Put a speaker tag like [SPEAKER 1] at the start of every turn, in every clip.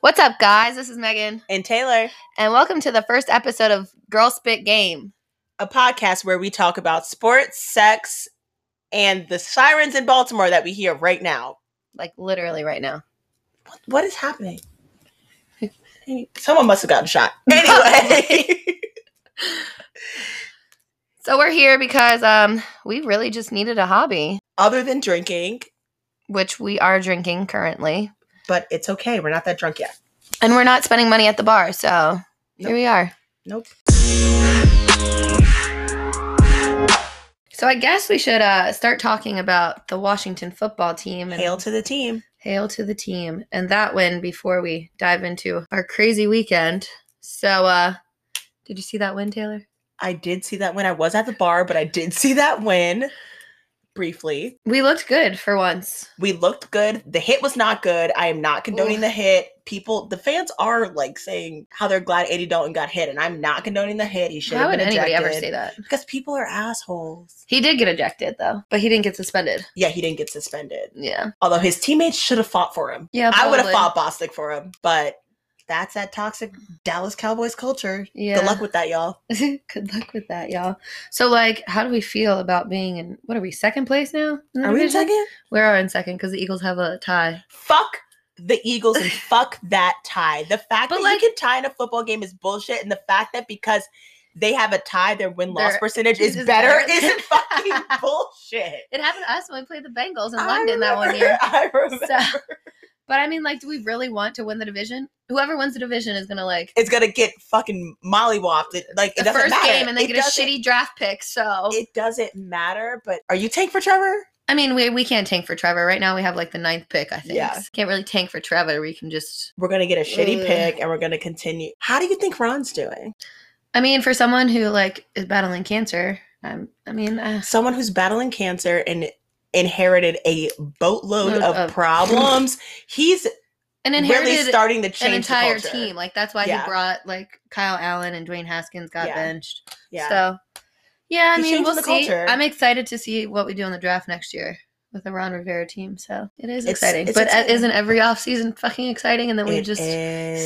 [SPEAKER 1] What's up, guys? This is Megan,
[SPEAKER 2] and Taylor,
[SPEAKER 1] and welcome to the first episode of Girl Spit Game.
[SPEAKER 2] a podcast where we talk about sports, sex, and the sirens in Baltimore that we hear right now.
[SPEAKER 1] Like literally right now.
[SPEAKER 2] What is happening? Someone must have gotten shot. Anyway,
[SPEAKER 1] So we're here because um we really just needed a hobby,
[SPEAKER 2] other than drinking,
[SPEAKER 1] which we are drinking currently,
[SPEAKER 2] but it's okay. We're not that drunk yet.
[SPEAKER 1] and we're not spending money at the bar, so here we are.
[SPEAKER 2] Nope.
[SPEAKER 1] So I guess we should uh start talking about the Washington football team and
[SPEAKER 2] Hail to the team.
[SPEAKER 1] Hail to the team. And that win before we dive into our crazy weekend. So uh did you see that win, Taylor?
[SPEAKER 2] I did see that win. I was at the bar, but I did see that win briefly.
[SPEAKER 1] We looked good for once.
[SPEAKER 2] We looked good. The hit was not good. I am not condoning
[SPEAKER 1] Oof.
[SPEAKER 2] the hit. People, the fans are like saying how they're glad Eddie Dalton got hit, and I'm not condoning the hit. He should
[SPEAKER 1] How
[SPEAKER 2] have
[SPEAKER 1] would
[SPEAKER 2] been
[SPEAKER 1] anybody ever
[SPEAKER 2] ejected.
[SPEAKER 1] say that?
[SPEAKER 2] Because people are assholes.
[SPEAKER 1] He did get ejected though, but he didn't get suspended.
[SPEAKER 2] Yeah, he didn't get suspended.
[SPEAKER 1] Yeah.
[SPEAKER 2] Although his teammates should have fought for him.
[SPEAKER 1] Yeah.
[SPEAKER 2] I would have
[SPEAKER 1] probably.
[SPEAKER 2] fought Bostic for him, but that's that toxic Dallas Cowboys culture.
[SPEAKER 1] Yeah.
[SPEAKER 2] Good luck with that, y'all.
[SPEAKER 1] Good luck with that, y'all. So, like, how do we feel about being in what are we second place now? in the
[SPEAKER 2] Are we in
[SPEAKER 1] division?
[SPEAKER 2] second?
[SPEAKER 1] We are in second because the Eagles have a tie.
[SPEAKER 2] Fuck the Eagles and fuck that tie. The fact
[SPEAKER 1] But,
[SPEAKER 2] that
[SPEAKER 1] like-
[SPEAKER 2] you can tie in a football game is bullshit, and the fact that because they have a tie, their win loss
[SPEAKER 1] Their-
[SPEAKER 2] percentage is
[SPEAKER 1] is
[SPEAKER 2] better
[SPEAKER 1] better.
[SPEAKER 2] isn't fucking bullshit.
[SPEAKER 1] It happened to us when we played the Bengals in
[SPEAKER 2] I
[SPEAKER 1] London that one
[SPEAKER 2] remember-
[SPEAKER 1] year.
[SPEAKER 2] I remember.
[SPEAKER 1] But I mean, like, do we really want to win the division? Whoever wins the division is gonna like
[SPEAKER 2] It's gonna get fucking mollywopped. It, like it
[SPEAKER 1] the
[SPEAKER 2] doesn't
[SPEAKER 1] first
[SPEAKER 2] matter.
[SPEAKER 1] game and they
[SPEAKER 2] It
[SPEAKER 1] get a
[SPEAKER 2] doesn't-
[SPEAKER 1] shitty draft pick. So
[SPEAKER 2] it doesn't matter. But are you tank for Trevor?
[SPEAKER 1] I mean, we we can't tank for Trevor right now. We have like the ninth pick, I think.
[SPEAKER 2] Yeah.
[SPEAKER 1] Can't really tank for Trevor. We can just.
[SPEAKER 2] We're gonna get a shitty
[SPEAKER 1] Ugh.
[SPEAKER 2] pick, and we're gonna continue. How do you think Ron's doing?
[SPEAKER 1] I mean, for someone who like is battling cancer, I'm, I mean, uh,
[SPEAKER 2] Someone who's battling cancer and inherited a boatload
[SPEAKER 1] Load
[SPEAKER 2] of,
[SPEAKER 1] of-
[SPEAKER 2] problems. He's
[SPEAKER 1] and inherited
[SPEAKER 2] really starting to
[SPEAKER 1] an
[SPEAKER 2] change
[SPEAKER 1] entire
[SPEAKER 2] the culture.
[SPEAKER 1] team. Like that's why
[SPEAKER 2] Yeah.
[SPEAKER 1] he brought like Kyle Allen and Dwayne Haskins got
[SPEAKER 2] Yeah.
[SPEAKER 1] benched.
[SPEAKER 2] Yeah.
[SPEAKER 1] So yeah, I
[SPEAKER 2] He's
[SPEAKER 1] mean,
[SPEAKER 2] changing
[SPEAKER 1] we'll
[SPEAKER 2] the
[SPEAKER 1] see.
[SPEAKER 2] culture.
[SPEAKER 1] I'm excited to see what we do in the draft next year with the Ron Rivera team. So it is
[SPEAKER 2] It's-
[SPEAKER 1] exciting,
[SPEAKER 2] it's
[SPEAKER 1] but uh,
[SPEAKER 2] exciting.
[SPEAKER 1] isn't every offseason fucking exciting? And then we
[SPEAKER 2] It
[SPEAKER 1] just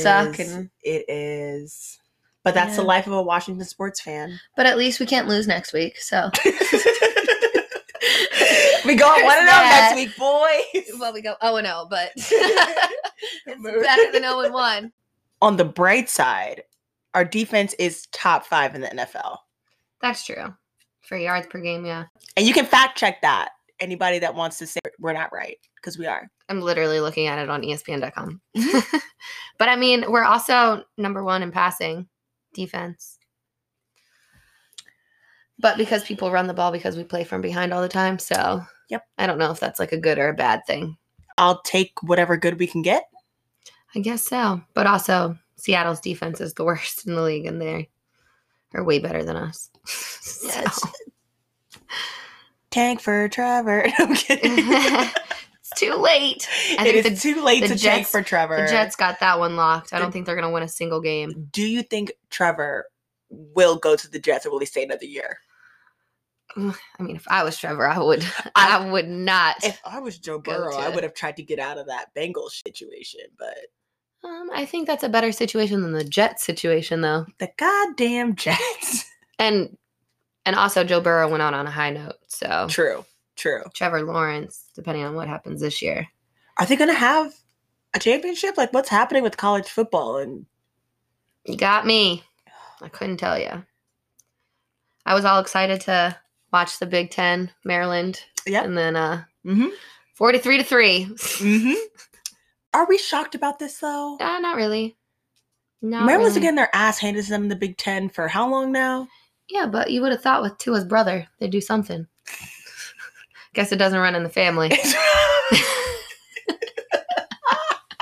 [SPEAKER 1] suck
[SPEAKER 2] is.
[SPEAKER 1] and-
[SPEAKER 2] it is. But that's the
[SPEAKER 1] Yeah.
[SPEAKER 2] life of a Washington sports fan.
[SPEAKER 1] but at least we can't lose next week. So
[SPEAKER 2] we go on
[SPEAKER 1] There's
[SPEAKER 2] one and
[SPEAKER 1] that.
[SPEAKER 2] out next week, boys.
[SPEAKER 1] well, we go oh and oh, but better than zero and one.
[SPEAKER 2] on the bright side, our defense is top five in the NFL.
[SPEAKER 1] That's true for yards per game. Yeah,
[SPEAKER 2] And you can fact check that. Anybody that wants to say we're not right, because we are.
[SPEAKER 1] I'm literally looking at it on E ESPN.com.
[SPEAKER 2] Mm-hmm.
[SPEAKER 1] but I mean, we're also number one in passing defense. But because people run the ball because we play from behind all the time, so
[SPEAKER 2] Yep.
[SPEAKER 1] I don't know if that's like a good or a bad thing.
[SPEAKER 2] I'll take whatever good we can get.
[SPEAKER 1] I guess so. But also, Seattle's defense is the worst in the league, and they are way better than us.
[SPEAKER 2] Yes.
[SPEAKER 1] So-
[SPEAKER 2] Tank for Trevor. I'm kidding.
[SPEAKER 1] it's too late. I think
[SPEAKER 2] it is too late
[SPEAKER 1] the
[SPEAKER 2] to tank
[SPEAKER 1] Jets-
[SPEAKER 2] for Trevor.
[SPEAKER 1] The Jets got that one locked. I don't
[SPEAKER 2] The-
[SPEAKER 1] think they're going to win a single game.
[SPEAKER 2] Do you think Trevor will go to the Jets or will he stay another year?
[SPEAKER 1] I mean, if I was Trevor, I would. I, would not.
[SPEAKER 2] If I was Joe
[SPEAKER 1] Go
[SPEAKER 2] Burrow,
[SPEAKER 1] to
[SPEAKER 2] I
[SPEAKER 1] it.
[SPEAKER 2] would have tried to get out of that Bengals situation, but
[SPEAKER 1] um, I think that's a better situation than the Jets situation, though.
[SPEAKER 2] the goddamn Jets.
[SPEAKER 1] And and also, Joe Burrow went out on a high note. So
[SPEAKER 2] true, true.
[SPEAKER 1] Trevor Lawrence, depending on what happens this year,
[SPEAKER 2] Are they going to have a championship? Like, what's happening with college football? And
[SPEAKER 1] you got me. I couldn't tell you. I was all excited to watch the Big Ten, Maryland,
[SPEAKER 2] Yep.
[SPEAKER 1] and then uh,
[SPEAKER 2] mm-hmm.
[SPEAKER 1] forty-three to three.
[SPEAKER 2] Mm-hmm. Are we shocked about this though?
[SPEAKER 1] Uh, not really. Not
[SPEAKER 2] Maryland's
[SPEAKER 1] really.
[SPEAKER 2] getting their ass handed to them in the Big Ten for how long now?
[SPEAKER 1] Yeah, but you would have thought with Tua's brother, they'd do something. Guess it doesn't run in the family.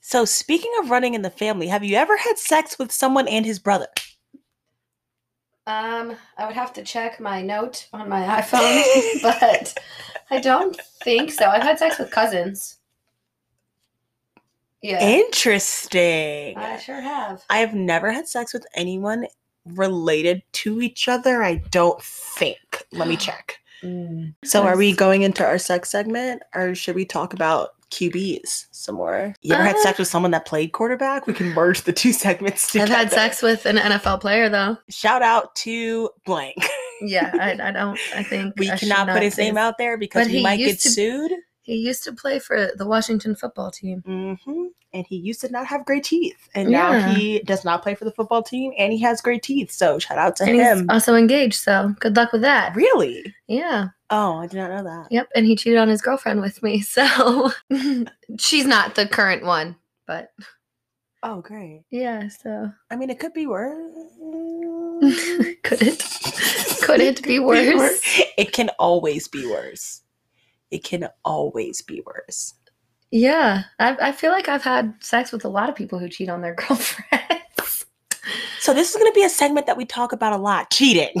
[SPEAKER 2] so speaking of running in the family, have you ever had sex with someone and his brother?
[SPEAKER 1] Um, I would have to check my note on my iPhone, but I don't think so. I've had sex with cousins. Yeah,
[SPEAKER 2] Interesting.
[SPEAKER 1] I sure have.
[SPEAKER 2] I have never had sex with anyone related to each other, I don't think.
[SPEAKER 1] Mm.
[SPEAKER 2] Let me check. So are we going into our sex segment or should we talk about QBs some more. You ever had sex with someone that played quarterback? We can merge the two segments
[SPEAKER 1] Uh, I've
[SPEAKER 2] together.
[SPEAKER 1] had sex with an NFL player though.
[SPEAKER 2] Shout out to blank.
[SPEAKER 1] Oh Yeah, I, I don't. I think
[SPEAKER 2] We
[SPEAKER 1] I should
[SPEAKER 2] cannot put his
[SPEAKER 1] say-
[SPEAKER 2] name out there because
[SPEAKER 1] But
[SPEAKER 2] we
[SPEAKER 1] he
[SPEAKER 2] might get
[SPEAKER 1] used to-
[SPEAKER 2] sued.
[SPEAKER 1] He used to play for the Washington football team.
[SPEAKER 2] Mm-hmm. And he used to not have great teeth, and now
[SPEAKER 1] Yeah.
[SPEAKER 2] he does not play for the football team, and he has great teeth. So shout out to
[SPEAKER 1] And he's
[SPEAKER 2] him.
[SPEAKER 1] also engaged, so good luck with that.
[SPEAKER 2] really?
[SPEAKER 1] Yeah.
[SPEAKER 2] Oh, I did not know that.
[SPEAKER 1] Yep. And he cheated on his girlfriend with me. So she's not the current one, but
[SPEAKER 2] Oh, great.
[SPEAKER 1] yeah, so
[SPEAKER 2] I mean, it could be worse.
[SPEAKER 1] could it? Could it be worse?
[SPEAKER 2] It can always be worse. It can always be worse.
[SPEAKER 1] Yeah. I, I feel like I've had sex with a lot of people who cheat on their girlfriends.
[SPEAKER 2] So this is going to be a segment that we talk about a lot: cheating.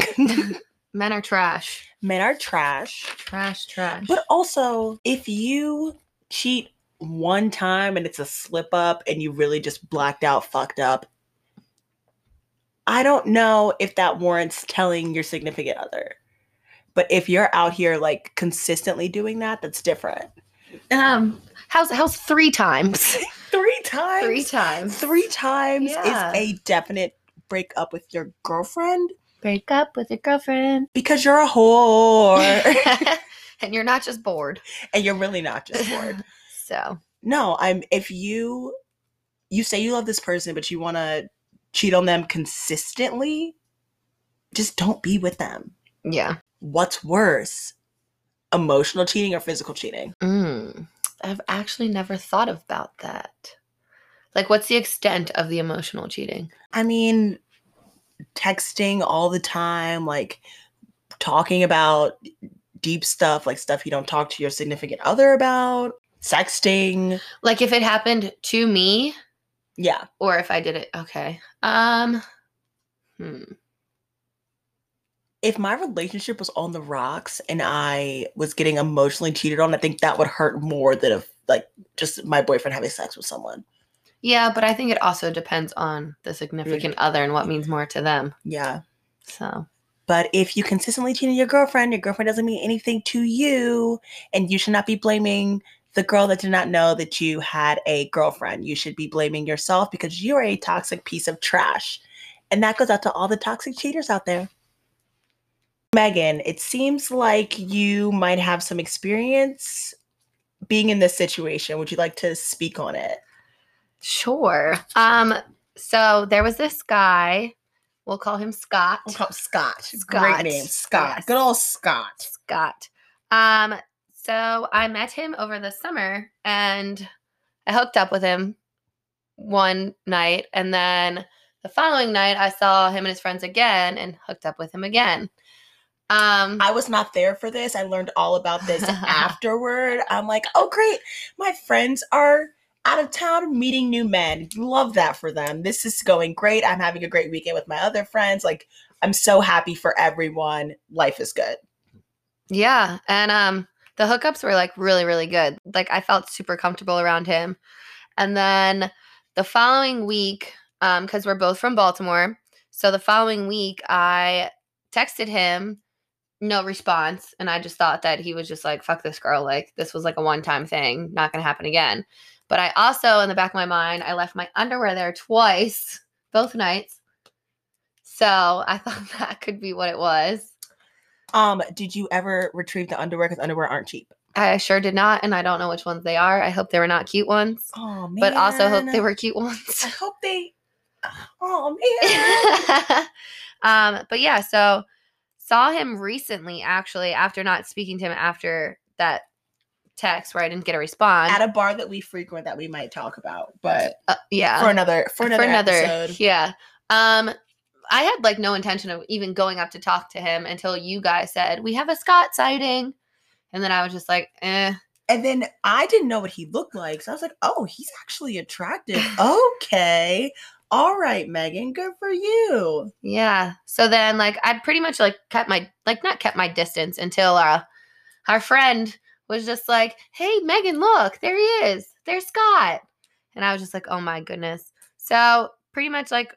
[SPEAKER 1] Men are trash.
[SPEAKER 2] Men are trash,
[SPEAKER 1] Trash, trash.
[SPEAKER 2] but also if you cheat one time and it's a slip up and you really just blacked out, fucked up. I don't know if that warrants telling your significant other. But if you're out here like consistently doing that, that's different.
[SPEAKER 1] um how's how's three times?
[SPEAKER 2] Three times.
[SPEAKER 1] three times.
[SPEAKER 2] three times
[SPEAKER 1] Yeah.
[SPEAKER 2] is a definite breakup with your girlfriend
[SPEAKER 1] Break up with your girlfriend.
[SPEAKER 2] because you're a whore
[SPEAKER 1] and you're not just bored.
[SPEAKER 2] and you're really not just bored.
[SPEAKER 1] So
[SPEAKER 2] No, I'm if you you say you love this person but you want to cheat on them consistently, just don't be with them.
[SPEAKER 1] yeah.
[SPEAKER 2] What's worse? Emotional cheating or physical cheating?
[SPEAKER 1] Mm, I've actually never thought about that. Like, what's the extent of the emotional cheating?
[SPEAKER 2] I mean, texting all the time, like talking about deep stuff, like stuff you don't talk to your significant other about, sexting.
[SPEAKER 1] Like, if it happened to me
[SPEAKER 2] Yeah.
[SPEAKER 1] or if I did it, okay. Um, hmm.
[SPEAKER 2] If my relationship was on the rocks and I was getting emotionally cheated on, I think that would hurt more than if, like, just my boyfriend having sex with someone.
[SPEAKER 1] Yeah, but I think it also depends on the significant other and what means more to them.
[SPEAKER 2] Yeah.
[SPEAKER 1] So,
[SPEAKER 2] But if you consistently cheat on your girlfriend, your girlfriend doesn't mean anything to you, and you should not be blaming the girl that did not know that you had a girlfriend. You should be blaming yourself because you are a toxic piece of trash. And that goes out to all the toxic cheaters out there. Megan, it seems like you might have some experience being in this situation. Would you like to speak on it?
[SPEAKER 1] sure. Um, so there was this guy, we'll call him Scott.
[SPEAKER 2] We'll call him Scott.
[SPEAKER 1] Scott.
[SPEAKER 2] Great name, Scott.
[SPEAKER 1] Yes.
[SPEAKER 2] Good old Scott.
[SPEAKER 1] Scott. Um, so I met him over the summer and I hooked up with him one night. And then the following night, I saw him and his friends again and hooked up with him again. Um,
[SPEAKER 2] I was not there for this. I learned all about this afterward. I'm like, oh, great. My friends are out of town meeting new men. Love that for them. This is going great. I'm having a great weekend with my other friends. Like, I'm so happy for everyone. Life is good.
[SPEAKER 1] yeah. And um, the hookups were like really, really good. Like I felt super comfortable around him. And then the following week, because we're both from Baltimore, so the following week I texted him, no response, and I just thought that he was just like, "Fuck this girl!" Like this was like a one-time thing, not gonna happen again. But I also, in the back of my mind, I left my underwear there twice, both nights. So I thought that could be what it was.
[SPEAKER 2] Um, did you ever retrieve the underwear? Because underwear aren't cheap.
[SPEAKER 1] I sure did not, and I don't know which ones they are. I hope they were not cute ones,
[SPEAKER 2] Oh man.
[SPEAKER 1] but also hope they were cute ones.
[SPEAKER 2] I hope they. Oh man.
[SPEAKER 1] um, but yeah, so saw him recently actually after not speaking to him after that text where I didn't get a response.
[SPEAKER 2] At a bar that we frequent that we might talk about, but
[SPEAKER 1] Uh, yeah.
[SPEAKER 2] for another for another, episode.
[SPEAKER 1] yeah. Um I had like no intention of even going up to talk to him until you guys said, "We have a Scott sighting." And then I was just like, "Eh,
[SPEAKER 2] And then I didn't know what he looked like. So I was like, oh, he's actually attractive. okay. All right, Megan, good for you.
[SPEAKER 1] yeah." So then like I pretty much like kept my like not kept my distance until uh our friend was just like, "Hey, Megan, look, there he is. There's Scott." And I was just like, "Oh my goodness." So pretty much like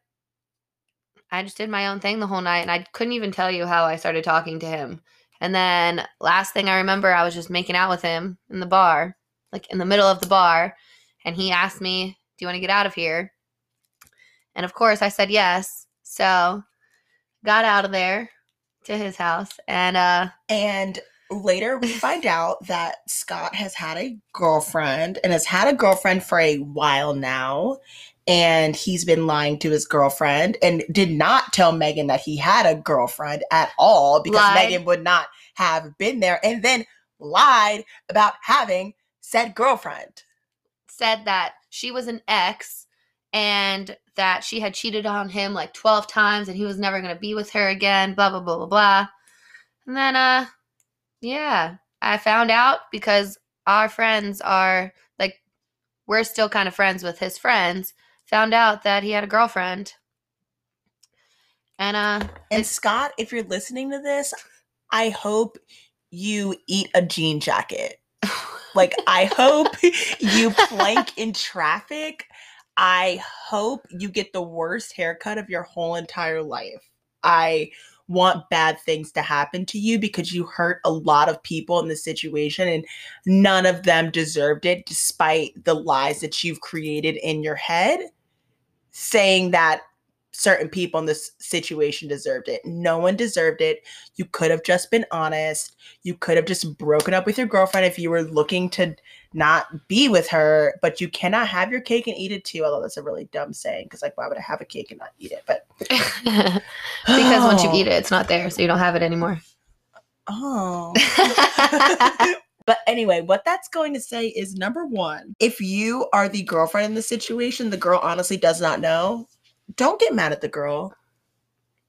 [SPEAKER 1] I just did my own thing the whole night, and I couldn't even tell you how I started talking to him. And then last thing I remember, I was just making out with him in the bar. like in the middle of the bar, and he asked me, "Do you want to get out of here?" And of course, I said yes. So, got out of there to his house, and uh,
[SPEAKER 2] And later we find out that Scott has had a girlfriend and has had a girlfriend for a while now. And he's been lying to his girlfriend and did not tell Megan that he had a girlfriend at all because
[SPEAKER 1] Lied.
[SPEAKER 2] Megan would not have been there and then lied about having said girlfriend.
[SPEAKER 1] said that she was an ex and that she had cheated on him like 12 times and he was never going to be with her again, blah, blah, blah, blah, blah. And then, uh, yeah, I found out because our friends are like, we're still kind of friends with his friends. Found out that he had a girlfriend. And, uh,
[SPEAKER 2] And Scott, if you're listening to this, I hope you eat a jean jacket. Like, I hope you plank in traffic. I hope you get the worst haircut of your whole entire life. I want bad things to happen to you because you hurt a lot of people in this situation and none of them deserved it despite the lies that you've created in your head saying that certain people in this situation deserved it. No one deserved it. You could have just been honest. You could have just broken up with your girlfriend if you were looking to not be with her, but you cannot have your cake and eat it too. Although that's a really dumb saying because, like, why would I have a cake and not eat it? But
[SPEAKER 1] because once you eat it, it's not there, so you don't have it anymore.
[SPEAKER 2] Oh. but anyway, what that's going to say is number one, if you are the girlfriend in the situation, the girl honestly does not know, don't get mad at the girl.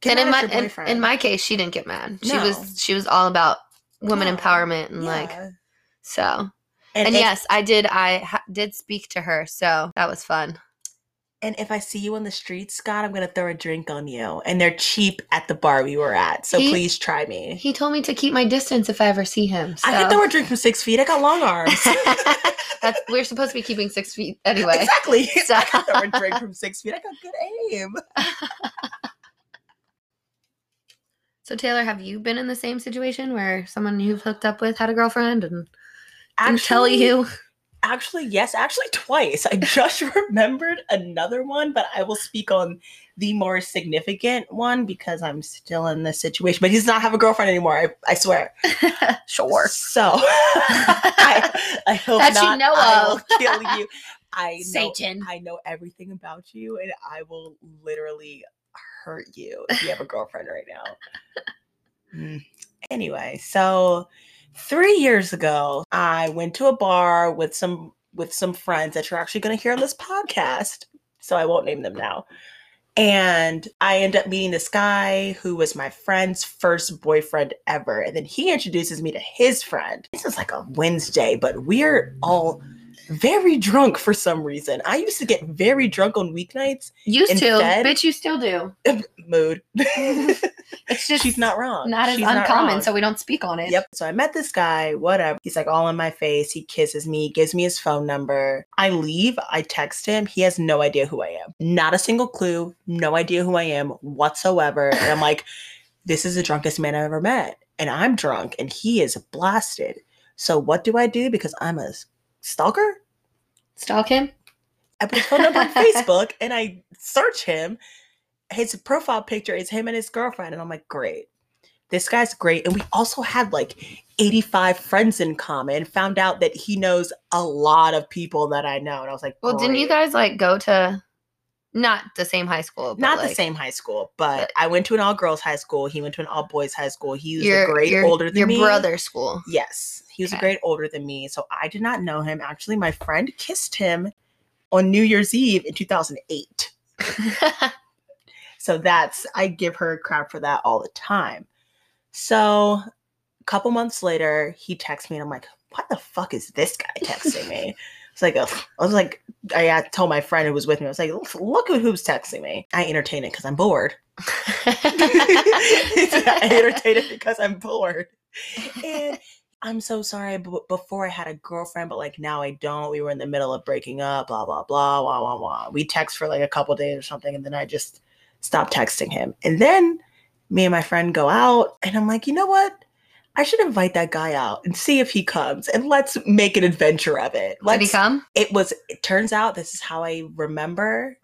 [SPEAKER 2] Get
[SPEAKER 1] and in my
[SPEAKER 2] mad at your
[SPEAKER 1] in, in
[SPEAKER 2] boyfriend.
[SPEAKER 1] my case, she didn't get mad. She
[SPEAKER 2] No.
[SPEAKER 1] was she was all about women
[SPEAKER 2] No.
[SPEAKER 1] empowerment and like
[SPEAKER 2] Yeah.
[SPEAKER 1] so. And,
[SPEAKER 2] and, if-
[SPEAKER 1] yes, I did. I ha- did speak to her, so that was fun.
[SPEAKER 2] and if I see you on the street, Scott, I'm gonna throw a drink on you. And they're cheap at the bar we were at, so
[SPEAKER 1] He-
[SPEAKER 2] please try me.
[SPEAKER 1] He told me to keep my distance if I ever see him. So.
[SPEAKER 2] I can throw a drink from six feet. I got long arms.
[SPEAKER 1] That's we're supposed to be keeping six feet anyway.
[SPEAKER 2] Exactly.
[SPEAKER 1] So-
[SPEAKER 2] I can throw a drink from six feet. I got good aim.
[SPEAKER 1] So Taylor, have you been in the same situation where someone you've hooked up with had a girlfriend and didn't tell
[SPEAKER 2] Actually,
[SPEAKER 1] you?
[SPEAKER 2] Actually, yes, actually twice. I just remembered another one, but I will speak on the more significant one because I'm still in this situation. But he does not have a girlfriend anymore, I, I swear.
[SPEAKER 1] sure.
[SPEAKER 2] So I, I hope
[SPEAKER 1] That you
[SPEAKER 2] not.
[SPEAKER 1] know
[SPEAKER 2] I
[SPEAKER 1] of.
[SPEAKER 2] will kill you. I know,
[SPEAKER 1] Satan.
[SPEAKER 2] I know everything about you, and I will literally hurt you if you have a girlfriend right now. Mm. Anyway, so three years ago, I went to a bar with some with some friends that you're actually going to hear on this podcast. So I won't name them now. And I end up meeting this guy who was my friend's first boyfriend ever. And then he introduces me to his friend. This is like a Wednesday, but we're all very drunk for some reason. I used to get very drunk on weeknights.
[SPEAKER 1] Used to,
[SPEAKER 2] Instead-
[SPEAKER 1] bitch. You still do.
[SPEAKER 2] Mood.
[SPEAKER 1] It's Mm-hmm. just
[SPEAKER 2] She's not wrong.
[SPEAKER 1] not as
[SPEAKER 2] She's
[SPEAKER 1] uncommon,
[SPEAKER 2] wrong.
[SPEAKER 1] so we don't speak on it.
[SPEAKER 2] Yep. So I met this guy, whatever. He's like all in my face. He kisses me, gives me his phone number. I leave, I text him. He has no idea who I am. Not a single clue, no idea who I am whatsoever. And I'm like, this is the drunkest man I've ever met. And I'm drunk and he is blasted. So what do I do? Because I'm a s- stalker?
[SPEAKER 1] Stalk him.
[SPEAKER 2] I put his phone number on Facebook and I search him. His profile picture is him and his girlfriend. And I'm like, great. This guy's great. And we also had like 85 friends in common. Found out that he knows a lot of people that I know. And I was like,
[SPEAKER 1] Well, didn't you
[SPEAKER 2] great.
[SPEAKER 1] guys like go to not the same high school? But,
[SPEAKER 2] Not the
[SPEAKER 1] like, uh,
[SPEAKER 2] same high school, but,
[SPEAKER 1] but-
[SPEAKER 2] I went to an all girls high school. He went to an all boys high school. He was
[SPEAKER 1] Your
[SPEAKER 2] a grade
[SPEAKER 1] your,
[SPEAKER 2] older than
[SPEAKER 1] your
[SPEAKER 2] me.
[SPEAKER 1] brother school.
[SPEAKER 2] Yes, he was a
[SPEAKER 1] Okay.
[SPEAKER 2] grade older than me, so I did not know him. Actually, my friend kissed him on New Year's Eve in 2008. So that's I give her crap for that all the time. So a couple months later, he texts me and I'm like, "What the fuck is this guy texting me?" It's like ugh. I was like, I uh, told my friend who was with me. I was like, "Look- "Look at who's texting me." I entertain it because I'm bored. I entertain it because I'm bored. And I'm so sorry. B- before I had a girlfriend, but like now I don't. We were in the middle of breaking up. Blah blah blah. Wah wah wah. We text for like a couple days or something, and then I just stop texting him. And then me and my friend go out, and I'm like, you know what? I should invite that guy out and see if he comes and let's make an adventure of it.
[SPEAKER 1] Did he
[SPEAKER 2] Let's-
[SPEAKER 1] come?
[SPEAKER 2] It was, it turns out this is how I remember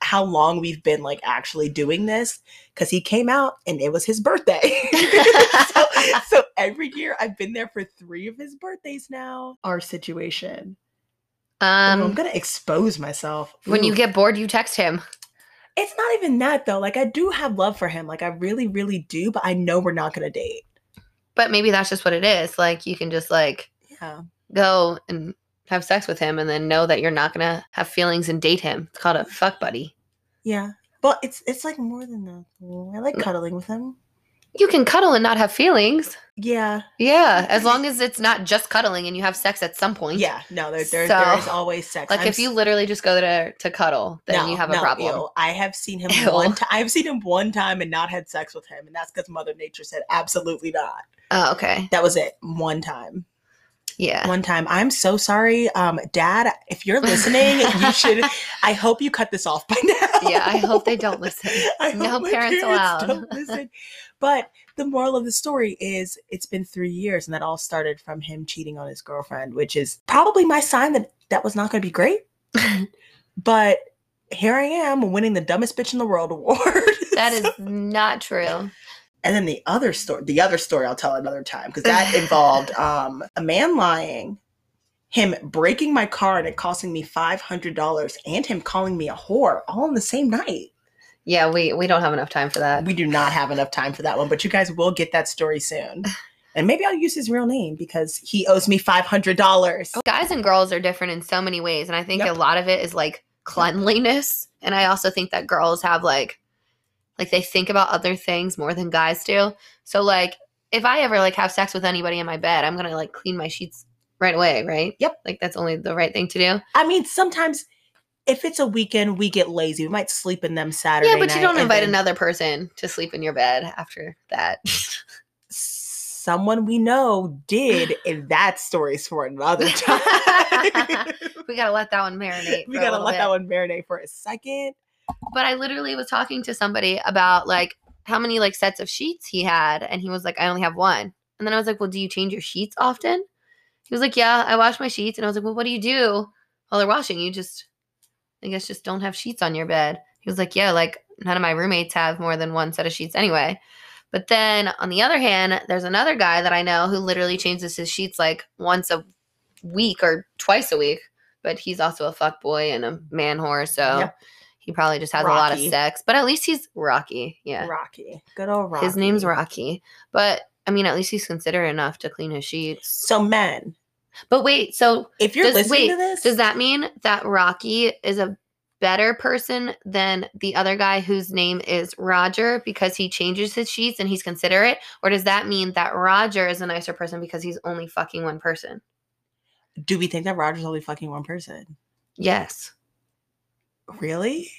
[SPEAKER 2] how long we've been like actually doing this because he came out and it was his birthday. so, so every year I've been there for three of his birthdays now. Our situation. Ooh, I'm
[SPEAKER 1] um,
[SPEAKER 2] gonna expose myself.
[SPEAKER 1] when you
[SPEAKER 2] Ooh.
[SPEAKER 1] get bored, you text him.
[SPEAKER 2] it's not even that though. Like I do have love for him. Like I really, really do, but I know we're not gonna date.
[SPEAKER 1] But maybe that's just what it is. Like you can just like
[SPEAKER 2] Yeah.
[SPEAKER 1] go and have sex with him, and then know that you're not gonna have feelings and date him. It's called a fuck buddy.
[SPEAKER 2] Yeah. But it's it's like more than that. though. I like cuddling with him.
[SPEAKER 1] You can cuddle and not have feelings.
[SPEAKER 2] Yeah.
[SPEAKER 1] Yeah, as long as it's not just cuddling and you have sex at some point.
[SPEAKER 2] Yeah. No, there, there, there is
[SPEAKER 1] So,
[SPEAKER 2] always sex.
[SPEAKER 1] Like
[SPEAKER 2] I'm
[SPEAKER 1] if you
[SPEAKER 2] s-
[SPEAKER 1] literally just go there to cuddle, then you
[SPEAKER 2] no,
[SPEAKER 1] have a
[SPEAKER 2] no,
[SPEAKER 1] problem.
[SPEAKER 2] ew. I have seen him
[SPEAKER 1] Ew.
[SPEAKER 2] one time. I've seen him one time and not had sex with him, and that's because Mother Nature said absolutely not.
[SPEAKER 1] Oh, okay.
[SPEAKER 2] That was it. One time.
[SPEAKER 1] Yeah.
[SPEAKER 2] One time. I'm so sorry, um, Dad. If you're listening, you should. I hope you cut this off by now.
[SPEAKER 1] Yeah, I hope they don't listen.
[SPEAKER 2] I hope
[SPEAKER 1] No
[SPEAKER 2] my
[SPEAKER 1] parents allowed.
[SPEAKER 2] don't listen. But the moral of the story is it's been three years, and that all started from him cheating on his girlfriend, which is probably my sign that that was not going to be great. but here I am winning the dumbest bitch in the world award.
[SPEAKER 1] That is
[SPEAKER 2] So-
[SPEAKER 1] not true.
[SPEAKER 2] and then the other story, the other story I'll tell another time because that involved um, a man lying, him breaking my car and it costing me $500, and him calling me a whore all in the same night.
[SPEAKER 1] Yeah, we we don't have enough time for that.
[SPEAKER 2] We do not have enough time for that one, but you guys will get that story soon. And maybe I'll use his real name because he owes me five hundred dollars.
[SPEAKER 1] Guys and girls are different in so many ways, and I think
[SPEAKER 2] Yep.
[SPEAKER 1] a lot of it is like cleanliness, and I also think that girls have like like they think about other things more than guys do. So like if I ever like have sex with anybody in my bed, I'm going to like clean my sheets right away, right?
[SPEAKER 2] Yep.
[SPEAKER 1] Like that's only the right thing to do.
[SPEAKER 2] I mean, sometimes if it's a weekend, we get lazy. We might sleep in them Saturday.
[SPEAKER 1] yeah, but you
[SPEAKER 2] night
[SPEAKER 1] don't
[SPEAKER 2] and
[SPEAKER 1] invite
[SPEAKER 2] then
[SPEAKER 1] another person to sleep in your bed after that.
[SPEAKER 2] Someone we know did, and that story's for another time.
[SPEAKER 1] we got to let that one marinate.
[SPEAKER 2] we
[SPEAKER 1] for a
[SPEAKER 2] gotta
[SPEAKER 1] little
[SPEAKER 2] let
[SPEAKER 1] bit.
[SPEAKER 2] that one marinate for a second.
[SPEAKER 1] but I literally was talking to somebody about like how many like sets of sheets he had, and he was like, I only have one. And then I was like, Well, do you change your sheets often? He was like, Yeah, I wash my sheets. And I was like, Well, what do you do while they're washing? You just, I guess, just don't have sheets on your bed. He was like, Yeah, like none of my roommates have more than one set of sheets anyway. But then on the other hand, there's another guy that I know who literally changes his sheets like once a week or twice a week. But he's also a fuck boy and a man whore, so
[SPEAKER 2] Yep.
[SPEAKER 1] he probably just has a lot of
[SPEAKER 2] Rocky.
[SPEAKER 1] sex. But at least he's Rocky. Yeah.
[SPEAKER 2] Rocky, good old Rocky.
[SPEAKER 1] His name's Rocky. But I mean, at least he's considerate enough to clean his sheets.
[SPEAKER 2] So, men,
[SPEAKER 1] But wait, so
[SPEAKER 2] if you're
[SPEAKER 1] Does-
[SPEAKER 2] listening
[SPEAKER 1] wait,
[SPEAKER 2] to this,
[SPEAKER 1] does that mean that Rocky is a better person than the other guy whose name is Roger because he changes his sheets and he's considerate? Or does that mean that Roger is a nicer person because he's only fucking one person?
[SPEAKER 2] do we think that Roger's only fucking one person?
[SPEAKER 1] Yes.
[SPEAKER 2] Really?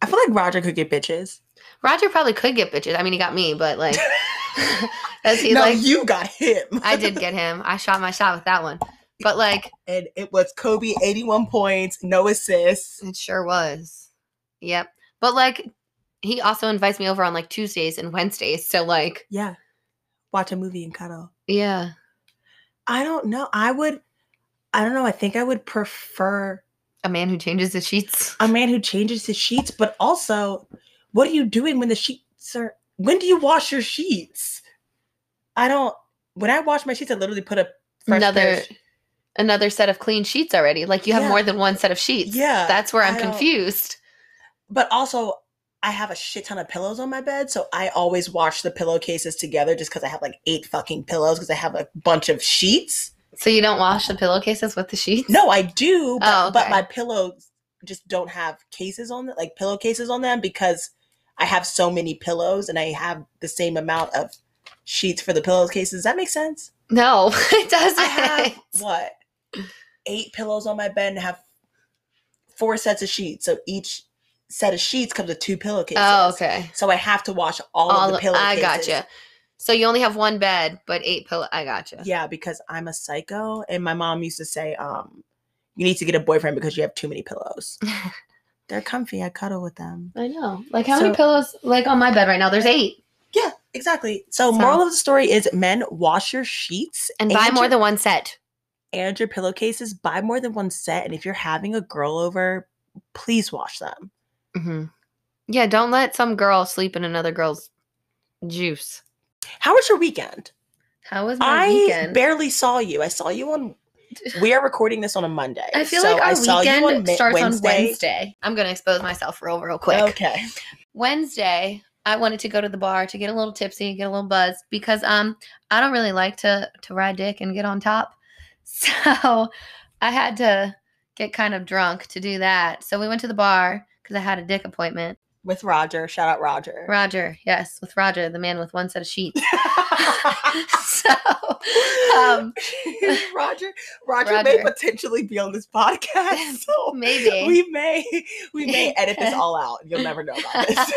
[SPEAKER 2] I feel like Roger could get bitches.
[SPEAKER 1] Roger probably could get bitches. I mean, he got me, but like, as he
[SPEAKER 2] no,
[SPEAKER 1] like,
[SPEAKER 2] you got him.
[SPEAKER 1] I did get him. I shot my shot with that one. But like,
[SPEAKER 2] and it was Kobe, 81 points, no assists.
[SPEAKER 1] It sure was. Yep. But like he also invites me over on like Tuesdays and Wednesdays. So like
[SPEAKER 2] Yeah. Watch a movie and cuddle.
[SPEAKER 1] yeah.
[SPEAKER 2] I don't know. I would, I don't know. I think I would prefer
[SPEAKER 1] A man who changes his sheets.
[SPEAKER 2] a man who changes his sheets, but also, what are you doing when the sheets are, when do you wash your sheets? I don't, when I wash my sheets, I literally put a fresh pair of
[SPEAKER 1] another
[SPEAKER 2] sh-
[SPEAKER 1] another set of clean sheets already. Like you have
[SPEAKER 2] Yeah.
[SPEAKER 1] more than one set of sheets.
[SPEAKER 2] Yeah,
[SPEAKER 1] That's where I'm
[SPEAKER 2] I don't-
[SPEAKER 1] confused.
[SPEAKER 2] but also I have a shit ton of pillows on my bed, so I always wash the pillowcases together just because I have like eight fucking pillows because I have a bunch of sheets.
[SPEAKER 1] So you don't wash the pillowcases with the sheets?
[SPEAKER 2] No, I do, but,
[SPEAKER 1] Oh,
[SPEAKER 2] but
[SPEAKER 1] okay.
[SPEAKER 2] my pillows just don't have cases on them, like pillowcases on them, because I have so many pillows and I have the same amount of sheets for the pillowcases. Does that make sense?
[SPEAKER 1] No, it doesn't. Oh,
[SPEAKER 2] I have what eight pillows on my bed and have four sets of sheets, so each set of sheets comes with two pillowcases.
[SPEAKER 1] oh, okay.
[SPEAKER 2] So I have to wash all,
[SPEAKER 1] All,
[SPEAKER 2] of the pillowcases.
[SPEAKER 1] I gotcha. So you only have one bed, but eight pillow. I gotcha.
[SPEAKER 2] Yeah, because I'm a psycho, and my mom used to say, um, "You need to get a boyfriend because you have too many pillows. They're comfy. I cuddle with them.
[SPEAKER 1] I know. Like how many
[SPEAKER 2] So-
[SPEAKER 1] pillows? Like on my bed right now, there's eight.
[SPEAKER 2] Yeah. Exactly. So,
[SPEAKER 1] So-
[SPEAKER 2] moral of the story is men wash your sheets
[SPEAKER 1] And buy more
[SPEAKER 2] your-
[SPEAKER 1] than one set.
[SPEAKER 2] and your pillowcases. Buy more than one set. And if you're having a girl over, please wash them.
[SPEAKER 1] hmm Yeah, don't let some girl sleep in another girl's juice.
[SPEAKER 2] How was your weekend?
[SPEAKER 1] How was my
[SPEAKER 2] I
[SPEAKER 1] weekend?
[SPEAKER 2] barely saw you. I saw you on. We are recording this on a Monday.
[SPEAKER 1] I feel
[SPEAKER 2] so
[SPEAKER 1] like our
[SPEAKER 2] saw you
[SPEAKER 1] weekend
[SPEAKER 2] Mi-
[SPEAKER 1] starts on Wednesday. I'm gonna expose myself real real quick.
[SPEAKER 2] Okay.
[SPEAKER 1] Wednesday, I wanted to go to the bar to get a little tipsy, get a little buzzed because um I don't really like to to ride dick and get on top. So I had to get kind of drunk to do that. So we went to the bar because I had a dick appointment.
[SPEAKER 2] With Roger. Shout out Roger.
[SPEAKER 1] Roger, yes, with Roger, the man with one set of sheets. so um
[SPEAKER 2] Roger, Roger, may
[SPEAKER 1] Roger.
[SPEAKER 2] potentially be on this podcast. So
[SPEAKER 1] Maybe.
[SPEAKER 2] we may we may edit this all out. You'll never know about this.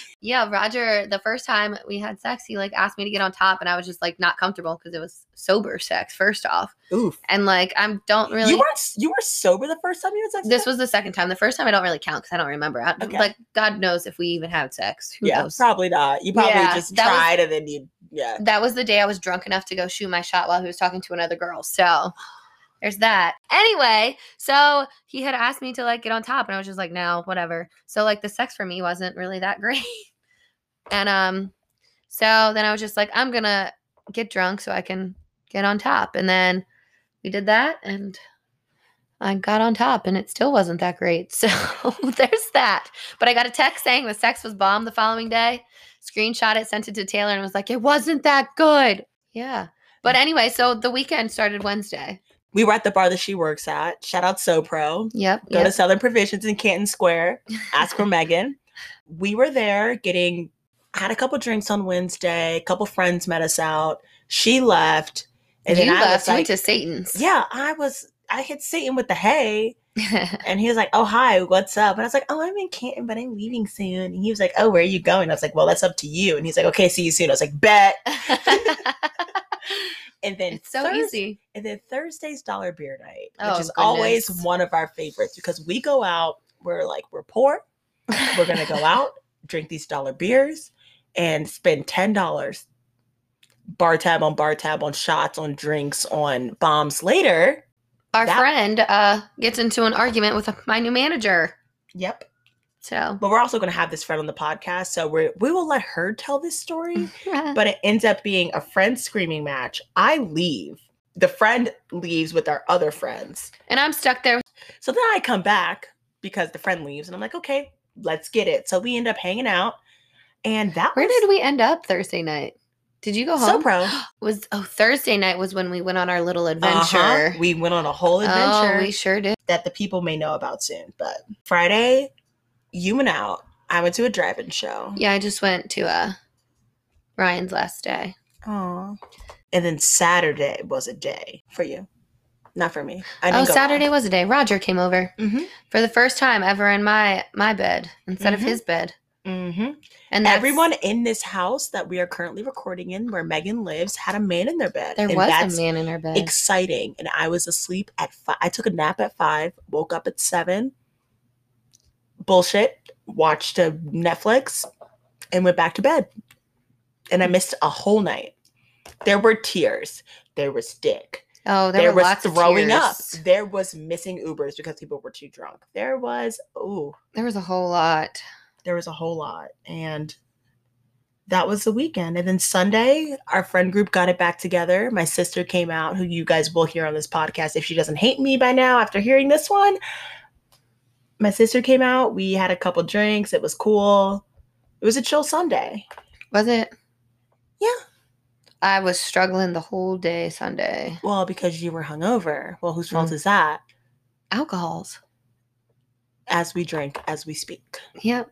[SPEAKER 1] yeah, Roger, the first time we had sex, he like asked me to get on top and I was just like not comfortable because it was sober sex, first off.
[SPEAKER 2] Oof.
[SPEAKER 1] And like I don't really
[SPEAKER 2] You weren't s- you were sober the first time you had sex.
[SPEAKER 1] this was the second time. The first time I don't really count because I don't remember. I,
[SPEAKER 2] Okay.
[SPEAKER 1] Like God knows if we even had sex. Who
[SPEAKER 2] yeah,
[SPEAKER 1] knows?
[SPEAKER 2] probably not. You probably
[SPEAKER 1] Yeah,
[SPEAKER 2] just
[SPEAKER 1] that was-
[SPEAKER 2] tried and then you yeah.
[SPEAKER 1] That was the day I was drunk enough to go shoot my shot while he was talking to another girl. So there's that. Anyway, so he had asked me to like get on top, and I was just like, no, whatever. So like the sex for me wasn't really that great. And um, so then I was just like, I'm gonna get drunk so I can get on top. And then we did that, and I got on top, and it still wasn't that great. So there's that. But I got a text saying the sex was bomb the following day. Screenshot it, sent it to Taylor, and was like, it wasn't that good. Yeah. But anyway, so the weekend started Wednesday.
[SPEAKER 2] We were at the bar that she works at. Shout out SoPro.
[SPEAKER 1] Yep.
[SPEAKER 2] Go
[SPEAKER 1] yep.
[SPEAKER 2] to Southern Provisions in Canton Square. Ask for Megan. We were there getting had a couple drinks on Wednesday. A couple friends met us out. She left, and
[SPEAKER 1] you
[SPEAKER 2] then I
[SPEAKER 1] left.
[SPEAKER 2] was
[SPEAKER 1] you
[SPEAKER 2] like,
[SPEAKER 1] went to Satan's.
[SPEAKER 2] "Yeah, I was. I hit Satan with the hay."
[SPEAKER 1] Yeah.
[SPEAKER 2] And he was like, "Oh hi, what's up?" And I was like, "Oh, I'm in Canton, but I'm leaving soon." And he was like, "Oh, where are you going?" I was like, "Well, that's up to you." And he's like, "Okay, see you soon." I was like, "Bet." And then
[SPEAKER 1] it's so
[SPEAKER 2] Thurs-
[SPEAKER 1] easy.
[SPEAKER 2] And then Thursday's dollar beer night, which
[SPEAKER 1] Oh,
[SPEAKER 2] is always
[SPEAKER 1] goodness.
[SPEAKER 2] one of our favorites because we go out. We're like, we're poor. We're gonna go out, drink these dollar beers, and spend ten dollars bar tab on bar tab on shots on drinks on bombs later.
[SPEAKER 1] Our
[SPEAKER 2] that-
[SPEAKER 1] friend uh, gets into an argument with my new manager.
[SPEAKER 2] Yep.
[SPEAKER 1] So,
[SPEAKER 2] But we're also going to have this friend on the podcast, so we we will let her tell this story. But it ends up being a friend screaming match. I leave. The friend leaves with our other friends.
[SPEAKER 1] and I'm stuck there.
[SPEAKER 2] So then I come back because the friend leaves, and I'm like, okay, let's get it. So we end up hanging out, and that
[SPEAKER 1] Where
[SPEAKER 2] was
[SPEAKER 1] did we end up Thursday night? Did you go home?
[SPEAKER 2] so pro
[SPEAKER 1] was oh Thursday night was when we went on our little adventure.
[SPEAKER 2] Uh-huh. We went on a whole adventure
[SPEAKER 1] Oh, we sure did.
[SPEAKER 2] that the people may know about soon. But Friday, you went out. I went to a drive-in show.
[SPEAKER 1] Yeah, I just went to uh Ryan's last day.
[SPEAKER 2] Aw. And then Saturday was a day for you, not for me. I
[SPEAKER 1] Oh,
[SPEAKER 2] didn't go
[SPEAKER 1] Saturday was a day. Roger came over
[SPEAKER 2] Out. Mm-hmm.
[SPEAKER 1] for the first time ever in my my bed instead
[SPEAKER 2] Mhm.
[SPEAKER 1] of his bed.
[SPEAKER 2] Mm-hmm.
[SPEAKER 1] And that's-
[SPEAKER 2] Everyone in this house that we are currently recording in, where Megan lives, had a man in their bed.
[SPEAKER 1] there
[SPEAKER 2] and
[SPEAKER 1] was
[SPEAKER 2] that's
[SPEAKER 1] a man in our bed.
[SPEAKER 2] exciting. And I was asleep at five. I took a nap at five, woke up at seven. Bullshit. Watched a Netflix and went back to bed. And I missed a whole night. There were tears. There was dick.
[SPEAKER 1] oh, there, were
[SPEAKER 2] was
[SPEAKER 1] lots of
[SPEAKER 2] throwing up.
[SPEAKER 1] tears.
[SPEAKER 2] There was missing Ubers because people were too drunk. There was ooh,
[SPEAKER 1] There was a whole lot.
[SPEAKER 2] there was a whole lot. And that was the weekend. And then Sunday, our friend group got it back together. My sister came out, who you guys will hear on this podcast if she doesn't hate me by now after hearing this one. My sister came out. We had a couple drinks. It was cool. It was a chill Sunday.
[SPEAKER 1] Was it?
[SPEAKER 2] Yeah.
[SPEAKER 1] I was struggling the whole day Sunday.
[SPEAKER 2] Well, because you were hungover. Well, whose fault is that?
[SPEAKER 1] Alcohols.
[SPEAKER 2] As we drink, as we speak.
[SPEAKER 1] Yep.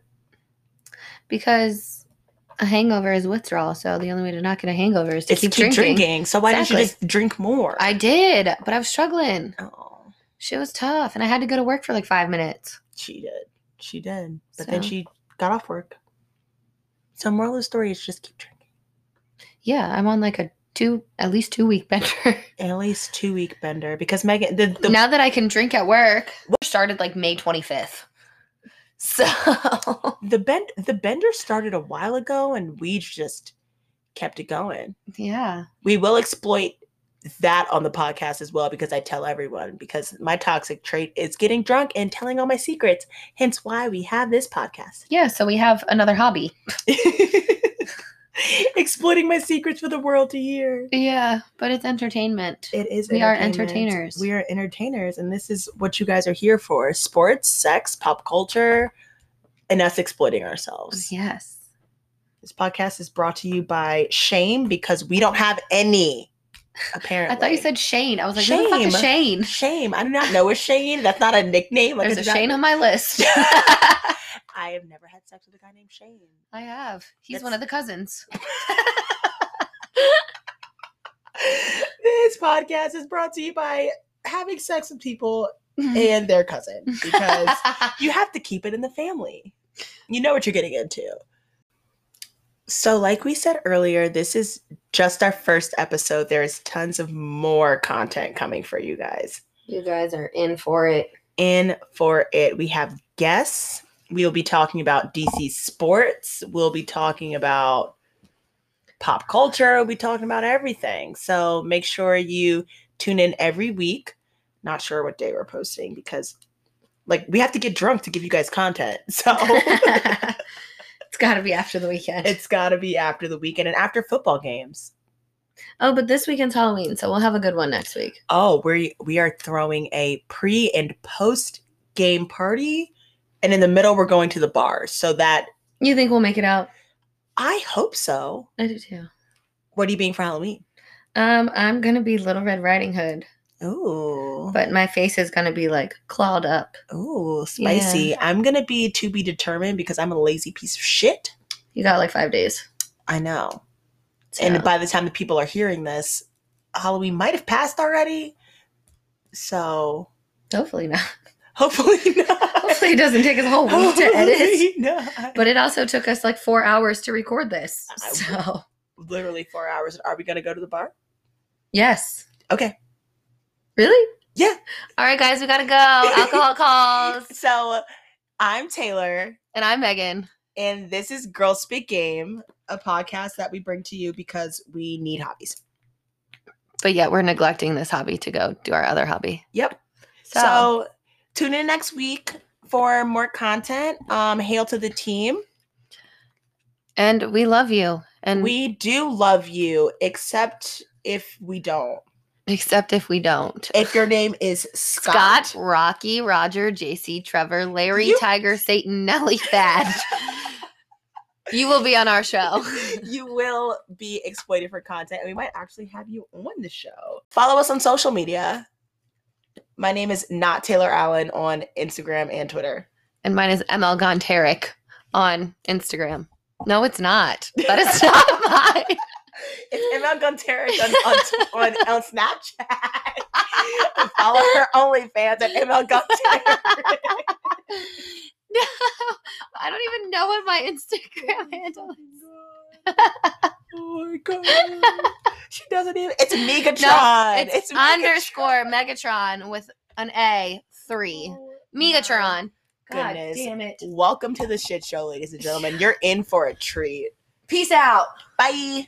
[SPEAKER 1] Because a hangover is withdrawal, so the only way to not get a hangover is to
[SPEAKER 2] It's
[SPEAKER 1] keep,
[SPEAKER 2] keep
[SPEAKER 1] drinking.
[SPEAKER 2] drinking. So why didn't you
[SPEAKER 1] Exactly.
[SPEAKER 2] just drink more?
[SPEAKER 1] I did, but I was struggling.
[SPEAKER 2] oh.
[SPEAKER 1] Shit was tough, and I had to go to work for like five minutes.
[SPEAKER 2] She did. She did. But then
[SPEAKER 1] So-
[SPEAKER 2] she got off work. So moral of the story is just keep drinking.
[SPEAKER 1] Yeah, I'm on like a two, at least two week bender.
[SPEAKER 2] At least two week bender because Megan the, the
[SPEAKER 1] now that I can drink at work, started like May 25th. So
[SPEAKER 2] the bend the bender started a while ago and we just kept it going.
[SPEAKER 1] Yeah.
[SPEAKER 2] We will exploit that on the podcast as well because I tell everyone because my toxic trait is getting drunk and telling all my secrets. Hence why we have this podcast.
[SPEAKER 1] Yeah. So we have another hobby.
[SPEAKER 2] Exploiting my secrets for the world to hear.
[SPEAKER 1] Yeah. But it's entertainment.
[SPEAKER 2] It is.
[SPEAKER 1] We are
[SPEAKER 2] entertainment.
[SPEAKER 1] entertainers.
[SPEAKER 2] We are entertainers, and this is what you guys are here for: sports, sex, pop culture, and us exploiting ourselves.
[SPEAKER 1] Yes.
[SPEAKER 2] This podcast is brought to you by Shame because we don't have any. Apparently,
[SPEAKER 1] I thought you said Shane. I was like, Shane. Who the fuck is Shane?
[SPEAKER 2] Shame. I do not know a Shane. That's not a nickname. Like,
[SPEAKER 1] There's
[SPEAKER 2] I
[SPEAKER 1] a
[SPEAKER 2] do not-
[SPEAKER 1] Shane on my list.
[SPEAKER 2] I have never had sex with a guy named Shane.
[SPEAKER 1] I have. He's one
[SPEAKER 2] That's-
[SPEAKER 1] of the cousins.
[SPEAKER 2] this podcast is brought to you by having sex with people and their cousin because you have to keep it in the family. You know what you're getting into. So, like we said earlier, this is just our first episode. There is tons of more content coming for you guys.
[SPEAKER 1] you guys are in for it.
[SPEAKER 2] In for it, we have guests. We will be talking about DC sports. We'll be talking about pop culture. We'll be talking about everything. So, make sure you tune in every week. Not sure what day we're posting because, like, we have to get drunk to give you guys content. So.
[SPEAKER 1] it's got to be after the weekend.
[SPEAKER 2] Oh. It's got to be after the weekend and after football games.
[SPEAKER 1] oh, but this weekend's Halloween, so we'll have a good one next week.
[SPEAKER 2] Oh, we we are throwing a pre and post game party, and in the middle we're going to the bar. So that
[SPEAKER 1] You think we'll make it out?
[SPEAKER 2] I hope so.
[SPEAKER 1] I do too.
[SPEAKER 2] What are you being for Halloween?
[SPEAKER 1] Um, I'm gonna be Little Red Riding Hood,
[SPEAKER 2] Ooh,
[SPEAKER 1] but my face is gonna be like clawed up.
[SPEAKER 2] ooh, spicy. I'm gonna be to be determined because I'm a lazy piece of shit.
[SPEAKER 1] You got like five days.
[SPEAKER 2] I know.
[SPEAKER 1] So.
[SPEAKER 2] And by the time the people are hearing this, Halloween might have passed already. So
[SPEAKER 1] hopefully not.
[SPEAKER 2] hopefully not.
[SPEAKER 1] Hopefully it doesn't take us a whole week to edit.
[SPEAKER 2] Hopefully not.
[SPEAKER 1] But it also took us like four hours to record this.
[SPEAKER 2] I-
[SPEAKER 1] So
[SPEAKER 2] literally four hours. Are we gonna go to the bar?
[SPEAKER 1] yes.
[SPEAKER 2] Okay.
[SPEAKER 1] Really?
[SPEAKER 2] Yeah.
[SPEAKER 1] All right, guys, we gotta go. Alcohol calls.
[SPEAKER 2] So I'm Taylor,
[SPEAKER 1] And I'm Megan.
[SPEAKER 2] and this is Girl Speak Game, a podcast that we bring to you because we need hobbies.
[SPEAKER 1] But yet we're neglecting this hobby to go do our other hobby.
[SPEAKER 2] Yep. So,
[SPEAKER 1] So,
[SPEAKER 2] tune in next week for more content. Um, hail to the team.
[SPEAKER 1] and we love you. And we
[SPEAKER 2] we do love you, except if we don't.
[SPEAKER 1] except if we don't.
[SPEAKER 2] If your name is
[SPEAKER 1] Scott,
[SPEAKER 2] Scott.
[SPEAKER 1] Rocky, Roger, JC, Trevor, Larry,
[SPEAKER 2] You-
[SPEAKER 1] Tiger, Satan, Nelly, Thad. you will be on our show.
[SPEAKER 2] you will be exploited for content, and we might actually have you on the show. Follow us on social media. My name is not Taylor Allen on Instagram and Twitter.
[SPEAKER 1] And mine is ML Gonteric on Instagram. No, it's not. That is not mine.
[SPEAKER 2] It's ML Gunter on, on, on, on Snapchat. Follow her OnlyFans at ML Gunter.
[SPEAKER 1] No, I don't even know what my Instagram handle is.
[SPEAKER 2] Oh my god. She doesn't even. It's Megatron.
[SPEAKER 1] it's, underscore Megatron with an A three. Megatron. God
[SPEAKER 2] Goodness.
[SPEAKER 1] damn it.
[SPEAKER 2] Welcome to the shit show, ladies and gentlemen. You're in for a treat.
[SPEAKER 1] Peace out.
[SPEAKER 2] Bye.